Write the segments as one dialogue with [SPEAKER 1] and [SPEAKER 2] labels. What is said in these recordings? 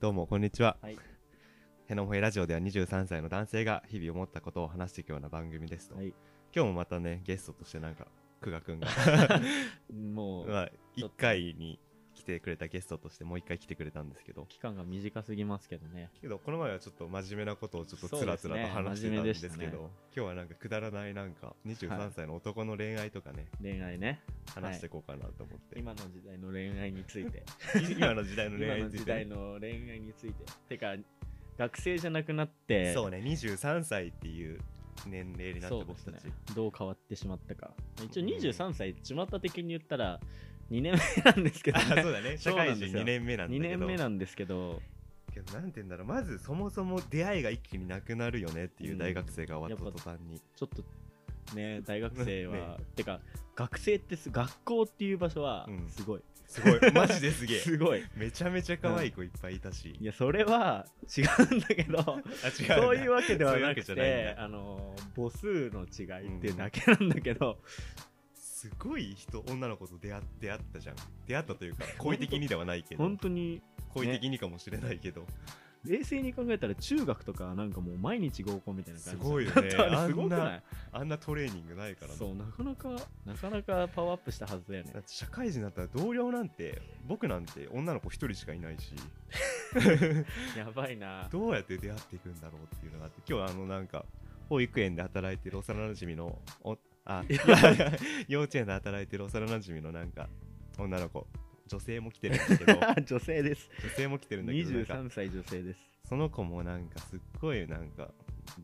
[SPEAKER 1] どうもこんにちは、
[SPEAKER 2] はい
[SPEAKER 1] ヘノムヘラジオでは23歳の男性が日々思ったことを話していくような番組ですと、
[SPEAKER 2] はい
[SPEAKER 1] 今日もまたねゲストとしてなんか久我く んが、
[SPEAKER 2] もう
[SPEAKER 1] まあ、1回に来てくれたゲストとしてもう1回来てくれたんですけど
[SPEAKER 2] 期間が短すぎますけどね
[SPEAKER 1] けどこの前はちょっと真面目なことをちょっと
[SPEAKER 2] そう
[SPEAKER 1] つ
[SPEAKER 2] ですね
[SPEAKER 1] らつらと話してたんです
[SPEAKER 2] 真
[SPEAKER 1] け
[SPEAKER 2] 面目で
[SPEAKER 1] ど、
[SPEAKER 2] し
[SPEAKER 1] 今日はなんかくだらないなんか
[SPEAKER 2] は
[SPEAKER 1] 23
[SPEAKER 2] い
[SPEAKER 1] 歳の男の恋愛とかね、
[SPEAKER 2] 恋愛ね
[SPEAKER 1] 話していこうかなと思って、
[SPEAKER 2] 今の時代の恋愛について
[SPEAKER 1] 今の時代の恋
[SPEAKER 2] 今
[SPEAKER 1] 愛
[SPEAKER 2] の
[SPEAKER 1] につい
[SPEAKER 2] 時
[SPEAKER 1] て
[SPEAKER 2] 代の恋愛についててか学生じゃなくなって
[SPEAKER 1] そうね23歳っていう年齢になって
[SPEAKER 2] そうで
[SPEAKER 1] 僕
[SPEAKER 2] す
[SPEAKER 1] た
[SPEAKER 2] ね
[SPEAKER 1] ち、
[SPEAKER 2] どう変わってしまったか一応
[SPEAKER 1] うん
[SPEAKER 2] 23歳巷的に言ったら2年目なんですけど、
[SPEAKER 1] あ
[SPEAKER 2] ね
[SPEAKER 1] そうだね社
[SPEAKER 2] そうな
[SPEAKER 1] 会
[SPEAKER 2] ん
[SPEAKER 1] 人
[SPEAKER 2] ですよ
[SPEAKER 1] 2年目なんだけ
[SPEAKER 2] 2
[SPEAKER 1] ど
[SPEAKER 2] 年目なんですけど
[SPEAKER 1] けどなんて言うんだろうまずそもそも出会いが一気になくなるよねっていう大学生が終わった途端に、
[SPEAKER 2] ちょっとね大学生は、
[SPEAKER 1] ね
[SPEAKER 2] てか学生ってす学校っていう場所は
[SPEAKER 1] うん
[SPEAKER 2] すごい、
[SPEAKER 1] すご いマジですげえ
[SPEAKER 2] すごい
[SPEAKER 1] めちゃめちゃ可愛い子いっぱいいたし、
[SPEAKER 2] いやそれは違うんだけど
[SPEAKER 1] あ違うんだ
[SPEAKER 2] そういうわけではな
[SPEAKER 1] そう
[SPEAKER 2] く
[SPEAKER 1] いうわけじゃないん
[SPEAKER 2] て
[SPEAKER 1] だ
[SPEAKER 2] あの母数の違いっていうだけなんだけど、
[SPEAKER 1] すごい人女の子と出会出会ったじゃん出会ったというか好意的にではないけど
[SPEAKER 2] 本当に
[SPEAKER 1] 好意的にかもしれないけど、
[SPEAKER 2] 冷静に考えたら中学とかなんかもう毎日合コンみたいな感じ
[SPEAKER 1] すごいよね
[SPEAKER 2] だったあ
[SPEAKER 1] あ
[SPEAKER 2] れ
[SPEAKER 1] んな
[SPEAKER 2] すごくない
[SPEAKER 1] あんなトレーニングないからね
[SPEAKER 2] そうなかなかなかなかパワーアップしたはずだよね
[SPEAKER 1] だって社会人になったら同僚なんて僕なんて女の子一人しかいないし
[SPEAKER 2] やばいな
[SPEAKER 1] どうやって出会っていくんだろうっていうのがあって今日あのなんか保育園で働いてる幼なじみのおあ 幼稚園で働いてる幼なじみのなんか女の子女性も来てるんだけど女
[SPEAKER 2] 女性です
[SPEAKER 1] 性も来てるんだけ どなんか
[SPEAKER 2] 23歳女性です
[SPEAKER 1] その子もなんかすっごいなんか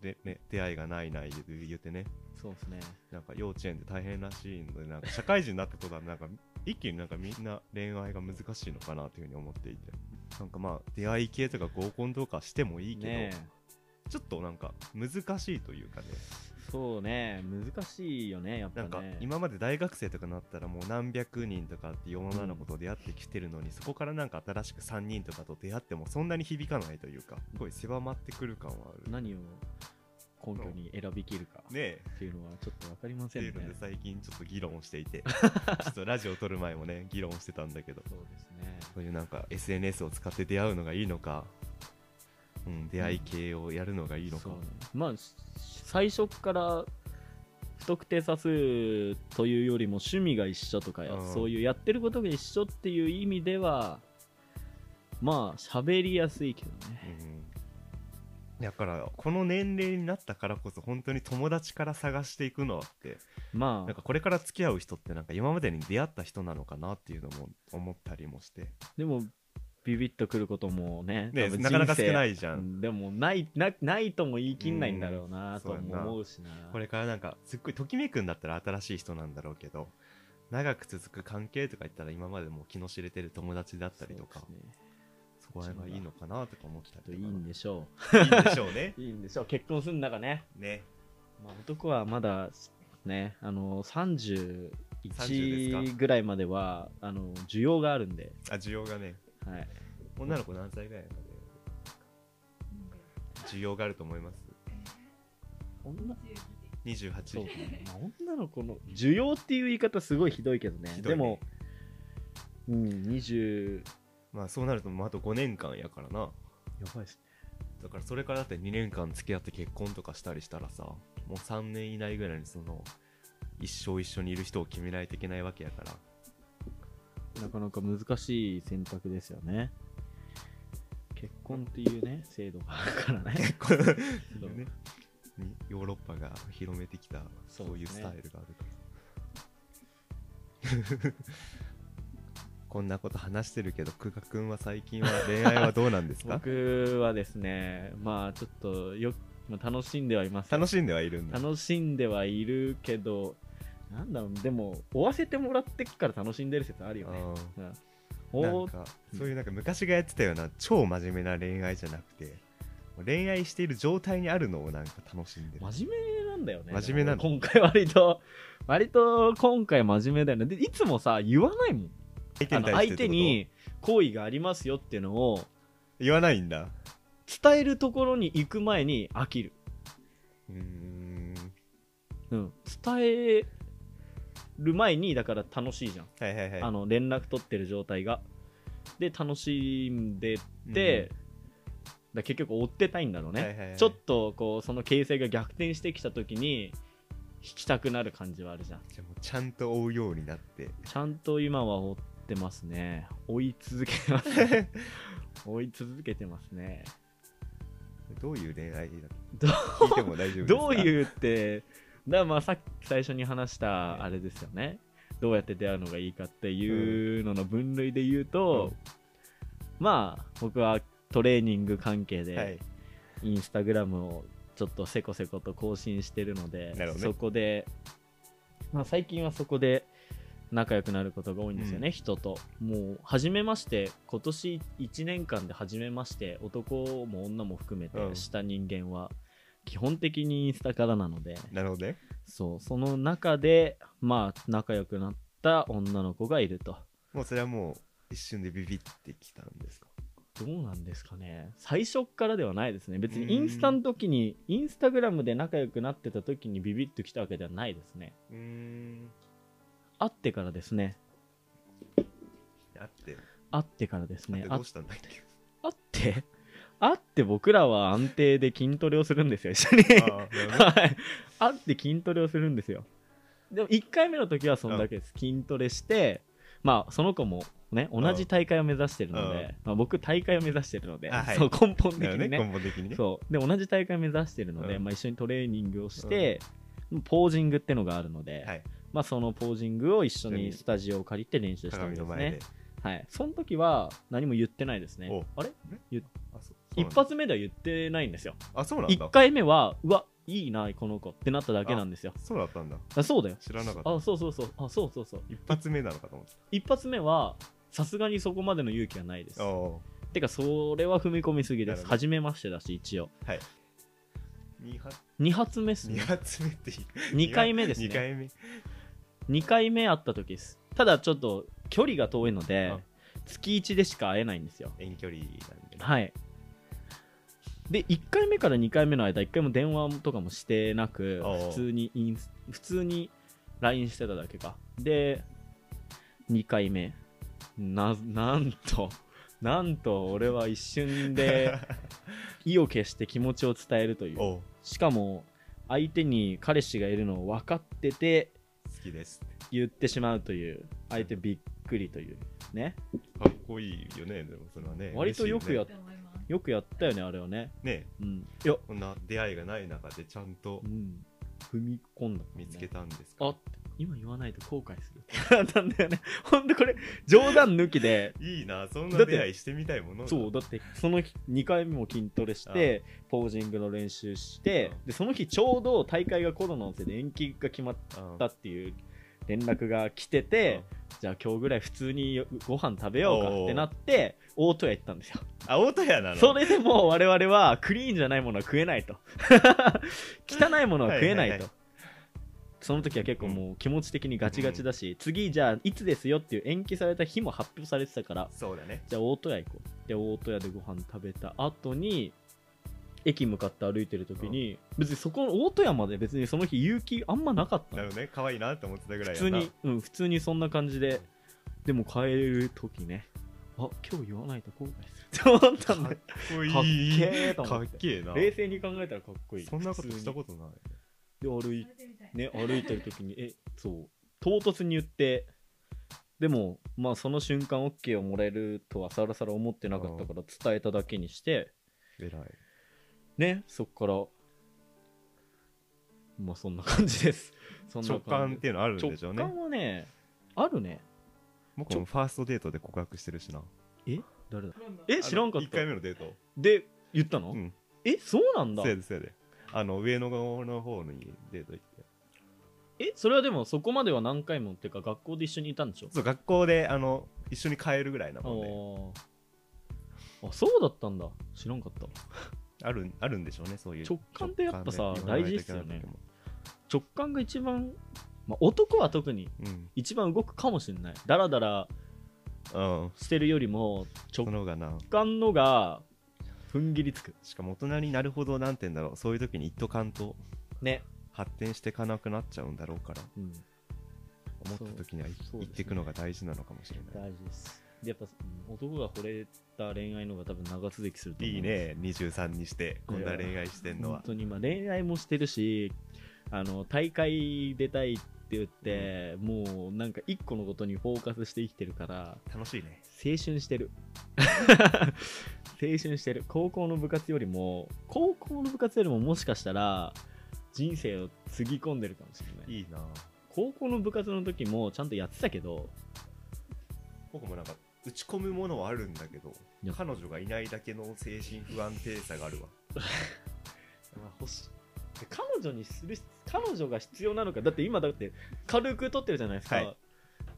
[SPEAKER 1] で、ね、出会いがないない言うてね
[SPEAKER 2] そうですね
[SPEAKER 1] なんか幼稚園で大変らしいのでなんか社会人になった途端なんか一気になんかみんな恋愛が難しいのかなというふうに思っていてなんかまあ出会い系とか合コンとかしてもいいけど、
[SPEAKER 2] ねえ
[SPEAKER 1] ちょっとなんか難しいというかね
[SPEAKER 2] そうね難しいよねやっぱ
[SPEAKER 1] な
[SPEAKER 2] ね
[SPEAKER 1] んか今まで大学生とかになったらもう何百人とかって世の中のこと出会ってきてるのに、そこからなんか新しく3人とかと出会ってもそんなに響かないというかすごい狭まってくる感はあるね
[SPEAKER 2] 何を根拠に選びきるかっ
[SPEAKER 1] え
[SPEAKER 2] ていうのはちょっと分かりま
[SPEAKER 1] って
[SPEAKER 2] せん
[SPEAKER 1] い
[SPEAKER 2] ね
[SPEAKER 1] うので最近ちょっと議論をしてい てちょっとラジオを撮る前もね議論してたんだけど
[SPEAKER 2] そうですね
[SPEAKER 1] そういうなんか SNS を使って出会うのがいいのか、うん、出会い系をやるのがいいのか、
[SPEAKER 2] そうまあし最初から不特定多数というよりも趣味が一緒とかや、
[SPEAKER 1] うん
[SPEAKER 2] そういうやってることが一緒っていう意味ではまあ喋りやすいけどね
[SPEAKER 1] うん、だからこの年齢になったからこそ本当に友達から探していくのってな
[SPEAKER 2] ま
[SPEAKER 1] ん
[SPEAKER 2] あ
[SPEAKER 1] かこれから付き合う人ってなんか今までに出会った人なのかなっていうのも思ったりもして、
[SPEAKER 2] でもビビッとくることもね
[SPEAKER 1] ね、
[SPEAKER 2] 多分
[SPEAKER 1] なかなか少な
[SPEAKER 2] 人
[SPEAKER 1] いじゃ
[SPEAKER 2] 生
[SPEAKER 1] ん、
[SPEAKER 2] でもないなないとも言い切んないんだろうなと
[SPEAKER 1] うんそう
[SPEAKER 2] も
[SPEAKER 1] やな
[SPEAKER 2] 思うしな,、
[SPEAKER 1] これからなんかすっごいときめくんだったら新しい人なんだろうけど長く続く関係とか言ったら今までもう気の知れてる友達だったりとか
[SPEAKER 2] そうですね
[SPEAKER 1] そ,、こら辺がいいのかなとか思った
[SPEAKER 2] ちょっと
[SPEAKER 1] り
[SPEAKER 2] い
[SPEAKER 1] と
[SPEAKER 2] い
[SPEAKER 1] か
[SPEAKER 2] んでしょ
[SPEAKER 1] いいんでしょうね
[SPEAKER 2] ういいんでしょう結婚するんだからね
[SPEAKER 1] ね
[SPEAKER 2] まあ、男はまだねあの
[SPEAKER 1] 30です
[SPEAKER 2] 31ぐらいまではあの需要があるんで、
[SPEAKER 1] あ需要がね
[SPEAKER 2] はい、
[SPEAKER 1] 女の子何歳ぐらいなので需要があると思います
[SPEAKER 2] 女
[SPEAKER 1] 28
[SPEAKER 2] そう、まあ、女の子の需要っていう言い方すごいひどいけどね
[SPEAKER 1] ひどいね
[SPEAKER 2] でも、うん、20
[SPEAKER 1] まあそうなるともうあと5年間やからな
[SPEAKER 2] やばいです
[SPEAKER 1] だからそれからだって2年間付き合って結婚とかしたりしたらさもう3年以内ぐらいにその一生一緒にいる人を決めないといけないわけやから
[SPEAKER 2] ねなかなか難しい選択ですよね結婚っていうね制度があるからね
[SPEAKER 1] この
[SPEAKER 2] そう
[SPEAKER 1] ねにヨーロッパが広めてきた
[SPEAKER 2] そ
[SPEAKER 1] そう
[SPEAKER 2] う
[SPEAKER 1] い
[SPEAKER 2] で
[SPEAKER 1] う
[SPEAKER 2] す
[SPEAKER 1] ス
[SPEAKER 2] ね
[SPEAKER 1] タイルがあるから こんなこと話してるけど久我君は最近は恋愛はどうなんですか
[SPEAKER 2] 僕はですねまあちょっとよまあ楽しんではいます
[SPEAKER 1] 楽しんではいるんだ
[SPEAKER 2] 楽しんではいるけどなんだろうでも追わせてもらってから楽しんでる説あるよね、
[SPEAKER 1] う
[SPEAKER 2] う
[SPEAKER 1] ん
[SPEAKER 2] ん、
[SPEAKER 1] な
[SPEAKER 2] お
[SPEAKER 1] んかそういうなんか昔がやってたような超真面目な恋愛じゃなくて恋愛している状態にあるのをなんか楽しんでる
[SPEAKER 2] 真面目なんだよね
[SPEAKER 1] 真面目なの
[SPEAKER 2] でも今回割と割と今回真面目だよねでいつもさ言わないもん
[SPEAKER 1] 相
[SPEAKER 2] あの
[SPEAKER 1] 対してってこと
[SPEAKER 2] 相手に好意がありますよっていうのを
[SPEAKER 1] 言わないんだ
[SPEAKER 2] 伝えるところに行く前に飽きる、
[SPEAKER 1] うーん
[SPEAKER 2] うん、伝える前にだから楽しいじゃん、
[SPEAKER 1] はいはいはい
[SPEAKER 2] あの連絡取ってる状態がで楽しんでって、だ結局追ってたいんだろうね、
[SPEAKER 1] はいはいはい
[SPEAKER 2] ちょっとこうその形勢が逆転してきた時に引きたくなる感じはあるじゃん
[SPEAKER 1] じゃあもうちゃんと追うようにな って
[SPEAKER 2] ちゃんと今は追ってますね追い続けてます 追い続けてますね
[SPEAKER 1] どういう恋愛だ
[SPEAKER 2] ど
[SPEAKER 1] 聞いても大丈夫ですか
[SPEAKER 2] どう
[SPEAKER 1] う
[SPEAKER 2] いうってだからまあさっき最初に話したあれですよねどうやって出会うのがいいかっていうのの分類で言うと、まあ僕はトレーニング関係で、
[SPEAKER 1] はい
[SPEAKER 2] インスタグラムをちょっとせこせこと更新してるので
[SPEAKER 1] なるほどね
[SPEAKER 2] そこで、まあ、最近はそこで仲良くなることが多いんですよね、
[SPEAKER 1] う
[SPEAKER 2] 人ともう初めまして今年1年間で初めまして男も女も含めて
[SPEAKER 1] うん
[SPEAKER 2] した人間は基本的にインスタからな ので
[SPEAKER 1] なるほどね
[SPEAKER 2] そうその中でまあ仲良くなった女の子がいると
[SPEAKER 1] もうそれはもう一瞬でビビってきたんですか
[SPEAKER 2] どうなんですかね最初っからではないですね別にインスタの時にインスタグラムで仲良くなってた時にビビッときたわけではないですね
[SPEAKER 1] うーん
[SPEAKER 2] 会ってからですね
[SPEAKER 1] あって
[SPEAKER 2] 会ってからです
[SPEAKER 1] あっ
[SPEAKER 2] ね
[SPEAKER 1] て
[SPEAKER 2] あ
[SPEAKER 1] どうしたんだっけ
[SPEAKER 2] 会って会って僕らは安定で筋トレをするんですよ一緒に
[SPEAKER 1] あーなるほどね
[SPEAKER 2] はい会って筋トレをするんですよでも1回目の時はそんだけです筋トレしてまあその子もね同じ大会を目指してるので、まあ、僕大会を目指してるので、
[SPEAKER 1] あはい
[SPEAKER 2] そう根本的
[SPEAKER 1] なるほ
[SPEAKER 2] に
[SPEAKER 1] どね
[SPEAKER 2] ね
[SPEAKER 1] 根本的にね
[SPEAKER 2] そうで同じ大会目指してるので、
[SPEAKER 1] うん
[SPEAKER 2] まあ、一緒にトレーニングをして、ポージングってのがあるので、
[SPEAKER 1] はい
[SPEAKER 2] まあ、そのポージングを一
[SPEAKER 1] 一
[SPEAKER 2] 緒
[SPEAKER 1] 緒
[SPEAKER 2] に
[SPEAKER 1] に
[SPEAKER 2] スタジオを借りて練習したん
[SPEAKER 1] 鏡
[SPEAKER 2] です
[SPEAKER 1] の前
[SPEAKER 2] ね
[SPEAKER 1] で、
[SPEAKER 2] はい、その時は何も言ってないですね
[SPEAKER 1] お
[SPEAKER 2] あれ
[SPEAKER 1] あそうそうなん
[SPEAKER 2] 一
[SPEAKER 1] だ
[SPEAKER 2] 発目では言ってないんですよ
[SPEAKER 1] あそうなんだ
[SPEAKER 2] 1回目はうわいいなこの子ってなっただけなんですよ
[SPEAKER 1] そうだったんだ
[SPEAKER 2] あそうだよ
[SPEAKER 1] 知らなかった
[SPEAKER 2] あそうそうそうあそうそうそう
[SPEAKER 1] 一発目なのかと思って
[SPEAKER 2] 一発目はさすがにそこまでの勇気はないです
[SPEAKER 1] たお
[SPEAKER 2] てかそれは踏み込みすぎで
[SPEAKER 1] な
[SPEAKER 2] す
[SPEAKER 1] るほど
[SPEAKER 2] 初めましてだし一応
[SPEAKER 1] 2発
[SPEAKER 2] 2発目です
[SPEAKER 1] 二
[SPEAKER 2] ね
[SPEAKER 1] 発目って
[SPEAKER 2] 2回目ですね
[SPEAKER 1] 2回目
[SPEAKER 2] 2回目会った時ですただちょっと距離が遠いので
[SPEAKER 1] あ
[SPEAKER 2] 月1でしか会えないんですよ
[SPEAKER 1] 遠距離なんでね
[SPEAKER 2] はいで1回目から2回目の間1回も電話とかもしてなく
[SPEAKER 1] あー
[SPEAKER 2] 普通にインス普通に LINE してただけかで2回目ななんとなんと俺は一瞬 で意を決して気持ちを伝えるという
[SPEAKER 1] おう
[SPEAKER 2] しかも相手に彼氏がいるのを分かってて
[SPEAKER 1] 好きですって
[SPEAKER 2] 言ってしまうという相手びっくりというね
[SPEAKER 1] かっこいいよねでもそれはね
[SPEAKER 2] 割とよくやっ
[SPEAKER 1] 嬉しい
[SPEAKER 2] よくやったよねあれはね
[SPEAKER 1] よねね
[SPEAKER 2] うんいや、
[SPEAKER 1] こんな出会いがない中でちゃんと
[SPEAKER 2] うん、踏み込んだ、
[SPEAKER 1] 見つけたんですか
[SPEAKER 2] あ今言わないと後悔する なんだよねほんとこれ冗談抜きで
[SPEAKER 1] いいなそん
[SPEAKER 2] だ
[SPEAKER 1] な
[SPEAKER 2] って
[SPEAKER 1] 出会いしてみたいものだ
[SPEAKER 2] そうだってその日2回目も筋トレしてポージングの練習して
[SPEAKER 1] うん
[SPEAKER 2] でその日ちょうど大会がコロナのせいで延期が決まっ
[SPEAKER 1] うん
[SPEAKER 2] たっていう連絡が来ててじゃあ今日ぐらい普通によご飯食べようかってなって大戸屋行ったんですよ
[SPEAKER 1] あ大戸屋なの
[SPEAKER 2] それでもう我々はクリーンじゃないものは食えな いと汚いものは食えないと、
[SPEAKER 1] はいはいは
[SPEAKER 2] その時は結構もう気持ち的にガチガチだし、次じゃあいつですよっていう延期された日も発表されてたから
[SPEAKER 1] そうだね
[SPEAKER 2] じゃあ大戸屋行こうで大戸屋でご飯食べた後に駅向かって歩いてる時に、別にそこの大戸屋まで別にその日勇気あんまなかった
[SPEAKER 1] な
[SPEAKER 2] の
[SPEAKER 1] るほどね可愛いなと思ってたぐらい
[SPEAKER 2] 普
[SPEAKER 1] や
[SPEAKER 2] 通
[SPEAKER 1] な
[SPEAKER 2] に、うん、普通にそんな感じででも帰る時ねあ今日言わないと後悔す るって思ったんだ
[SPEAKER 1] か
[SPEAKER 2] よ
[SPEAKER 1] っこい
[SPEAKER 2] か
[SPEAKER 1] い
[SPEAKER 2] っけーと思
[SPEAKER 1] か
[SPEAKER 2] っ
[SPEAKER 1] ってけえな
[SPEAKER 2] 冷静に考えたらかっこいい
[SPEAKER 1] そんなことした
[SPEAKER 2] と
[SPEAKER 1] ことない
[SPEAKER 2] で歩い,、ね、歩いてる時にえそう唐突に言ってでもまあその瞬間 OK をもらえるとはさらさら思ってなかったから伝えただけにして
[SPEAKER 1] 偉い
[SPEAKER 2] ねそっからまあそんな感じですそんな
[SPEAKER 1] 直感
[SPEAKER 2] 感
[SPEAKER 1] っ
[SPEAKER 2] じ
[SPEAKER 1] ていうのあるんでしょう
[SPEAKER 2] 直
[SPEAKER 1] ね
[SPEAKER 2] 感はねあるね
[SPEAKER 1] 僕もファーストデートで告白してるしな
[SPEAKER 2] 誰だえ知らんかった
[SPEAKER 1] 1回目のデート
[SPEAKER 2] で言ったの、
[SPEAKER 1] うん
[SPEAKER 2] えそうなんだ
[SPEAKER 1] そうやでそうやであの上野の方にデート行って
[SPEAKER 2] えそれはでもそこまでは何回もっていうか学校で一緒にいたんでしょ
[SPEAKER 1] そう学校であの一緒に帰るぐらいなもんで、
[SPEAKER 2] あーあそうだったんだ知らんかった
[SPEAKER 1] あるあるんでしょうねそういう
[SPEAKER 2] 直感ってやっぱさ
[SPEAKER 1] 直感で
[SPEAKER 2] 大事っすよね
[SPEAKER 1] 言わ
[SPEAKER 2] 直感が一番、まあ、男は特に
[SPEAKER 1] ないといけない時
[SPEAKER 2] 一番動くかもしれないダラダラ
[SPEAKER 1] もうんうん
[SPEAKER 2] してるよりも
[SPEAKER 1] そ
[SPEAKER 2] 直
[SPEAKER 1] の方がな
[SPEAKER 2] 感のが踏ん切りつく
[SPEAKER 1] しかも大人になるほどなんて言うんだろうそういう時に一斗缶と
[SPEAKER 2] ね、
[SPEAKER 1] 発展していかなくなっちゃうんだろうから
[SPEAKER 2] うん、
[SPEAKER 1] 思った時には
[SPEAKER 2] そうそうですね
[SPEAKER 1] 行っていくのが大事なのかもしれない
[SPEAKER 2] 大事ですでやっぱ男が惚れた恋愛の方が多分長続きすると思う
[SPEAKER 1] いいね23にしてこんな恋愛してんの
[SPEAKER 2] 本
[SPEAKER 1] は
[SPEAKER 2] 当にまあ恋愛もしてるしあの大会出たいって言って、もうなんか一個のことにフォーカスして生きてるから
[SPEAKER 1] 楽しいね
[SPEAKER 2] 青春し てる青春してる高校の部活よりも高校の部活よりももしかしたら人生をつぎ込んでるかもしれない
[SPEAKER 1] いいな
[SPEAKER 2] 高校の部活の時もちゃんとやってたけど
[SPEAKER 1] 僕もなんか打ち込むものはあるんだけど
[SPEAKER 2] いや
[SPEAKER 1] 彼女がいないだけの精神不安定さがあるわ
[SPEAKER 2] まあ欲し彼女にする彼女が必要なのかだって今だって軽く取ってるじゃないですか、
[SPEAKER 1] はい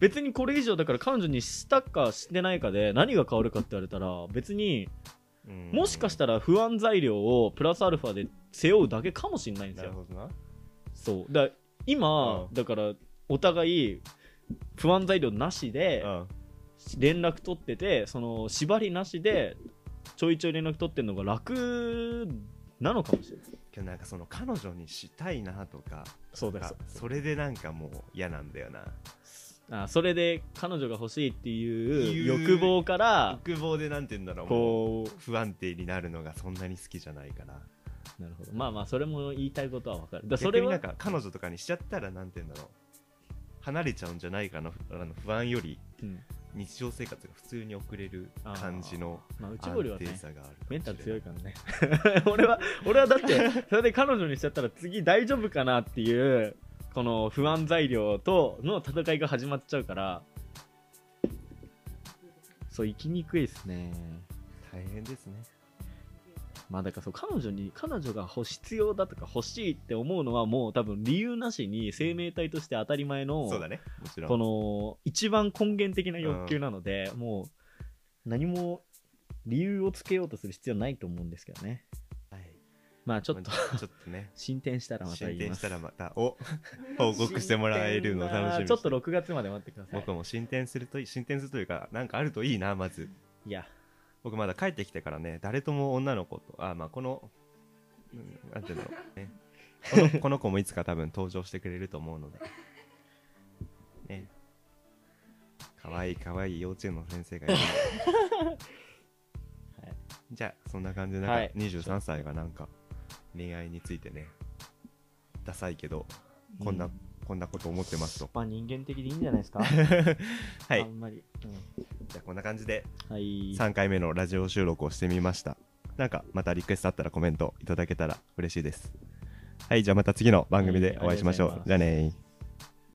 [SPEAKER 2] 別にこれ以上だから彼女にしたかしてないかで何が変わるかって言われたら別にもしかしたたら不安材料をプラスアルファで背負うだけかもしれないんで
[SPEAKER 1] な
[SPEAKER 2] す
[SPEAKER 1] る
[SPEAKER 2] よ
[SPEAKER 1] ほどな
[SPEAKER 2] そうだから今、
[SPEAKER 1] うん
[SPEAKER 2] だからお互い不安材料なしで、
[SPEAKER 1] うん
[SPEAKER 2] 連絡取っててその縛りなしでちょいちょい連絡取ってるのが楽なのかもしれない
[SPEAKER 1] けどなんかその彼女にしたいなとか
[SPEAKER 2] そう
[SPEAKER 1] なんかそれでなんかもう嫌なんだよな
[SPEAKER 2] あそれで彼女が欲しいってい
[SPEAKER 1] いう
[SPEAKER 2] う欲望から
[SPEAKER 1] 欲望でなんて言うんだろうも
[SPEAKER 2] こ
[SPEAKER 1] う不安定になるのがそんなに好きじゃないから
[SPEAKER 2] うなるほどまあまあそれも言いたいことは分かるだからそ
[SPEAKER 1] 逆
[SPEAKER 2] れ
[SPEAKER 1] にな
[SPEAKER 2] は
[SPEAKER 1] んか彼女とかにしちゃったらなんて言うんだろう離れちゃうんじゃないかなあの不安より
[SPEAKER 2] うん
[SPEAKER 1] 日常生活が普通に送れる感じの
[SPEAKER 2] まあ、内堀
[SPEAKER 1] 安
[SPEAKER 2] は
[SPEAKER 1] 定
[SPEAKER 2] ね
[SPEAKER 1] さがある
[SPEAKER 2] メンタル強い
[SPEAKER 1] か
[SPEAKER 2] からね 俺は俺はだってそれで彼女にしちゃったら次大丈夫かなっていうこの不安材料との戦いが始まっちゃうからそう生きにくいですね
[SPEAKER 1] もしれない大変ですね
[SPEAKER 2] まあだからそう彼女に彼女が欲必要だとか欲しいって思うのはもう多分理由なしに生命体として当たり前の
[SPEAKER 1] そうだねもちろん
[SPEAKER 2] この一番根源的な欲求なので、もう何も理由をつけようとする必要ないと思うんですけどね
[SPEAKER 1] はい
[SPEAKER 2] まあちょっと
[SPEAKER 1] まあちょっとね
[SPEAKER 2] 進展したらまた
[SPEAKER 1] 進
[SPEAKER 2] 言い
[SPEAKER 1] 展
[SPEAKER 2] ま
[SPEAKER 1] し
[SPEAKER 2] す
[SPEAKER 1] たらまたお報告してもらえるのを楽しみに
[SPEAKER 2] ちょっと6月まで待ってください
[SPEAKER 1] 僕も進展するといい進展するというかなんかあるといいなまず
[SPEAKER 2] いや
[SPEAKER 1] 僕まだ帰ってきてからね誰とも女の子とあまあこの、うん、なんていうの、ね、こ のこの子もいつか多分登場してくれると思うのでねかわいいかわいい幼稚園の先生がい る、
[SPEAKER 2] はい
[SPEAKER 1] じゃあそんな感じでなんか、
[SPEAKER 2] はい
[SPEAKER 1] 23歳がなんか恋愛についてねダサいけどこんな、
[SPEAKER 2] うん
[SPEAKER 1] こんなこと思ってますと
[SPEAKER 2] まあ人間的でいいんじゃないです か
[SPEAKER 1] は
[SPEAKER 2] あ
[SPEAKER 1] い
[SPEAKER 2] んまり、う
[SPEAKER 1] じゃあこんな感じで
[SPEAKER 2] んはい
[SPEAKER 1] 3回目のラジオ収録をしてみましたなんかまたリクエストあったらコメントいただけたら嬉しいですはいじゃあまた次の番組でお会いしましょう、
[SPEAKER 2] はいあり
[SPEAKER 1] じゃ
[SPEAKER 2] が
[SPEAKER 1] あ
[SPEAKER 2] とうございます
[SPEAKER 1] ねー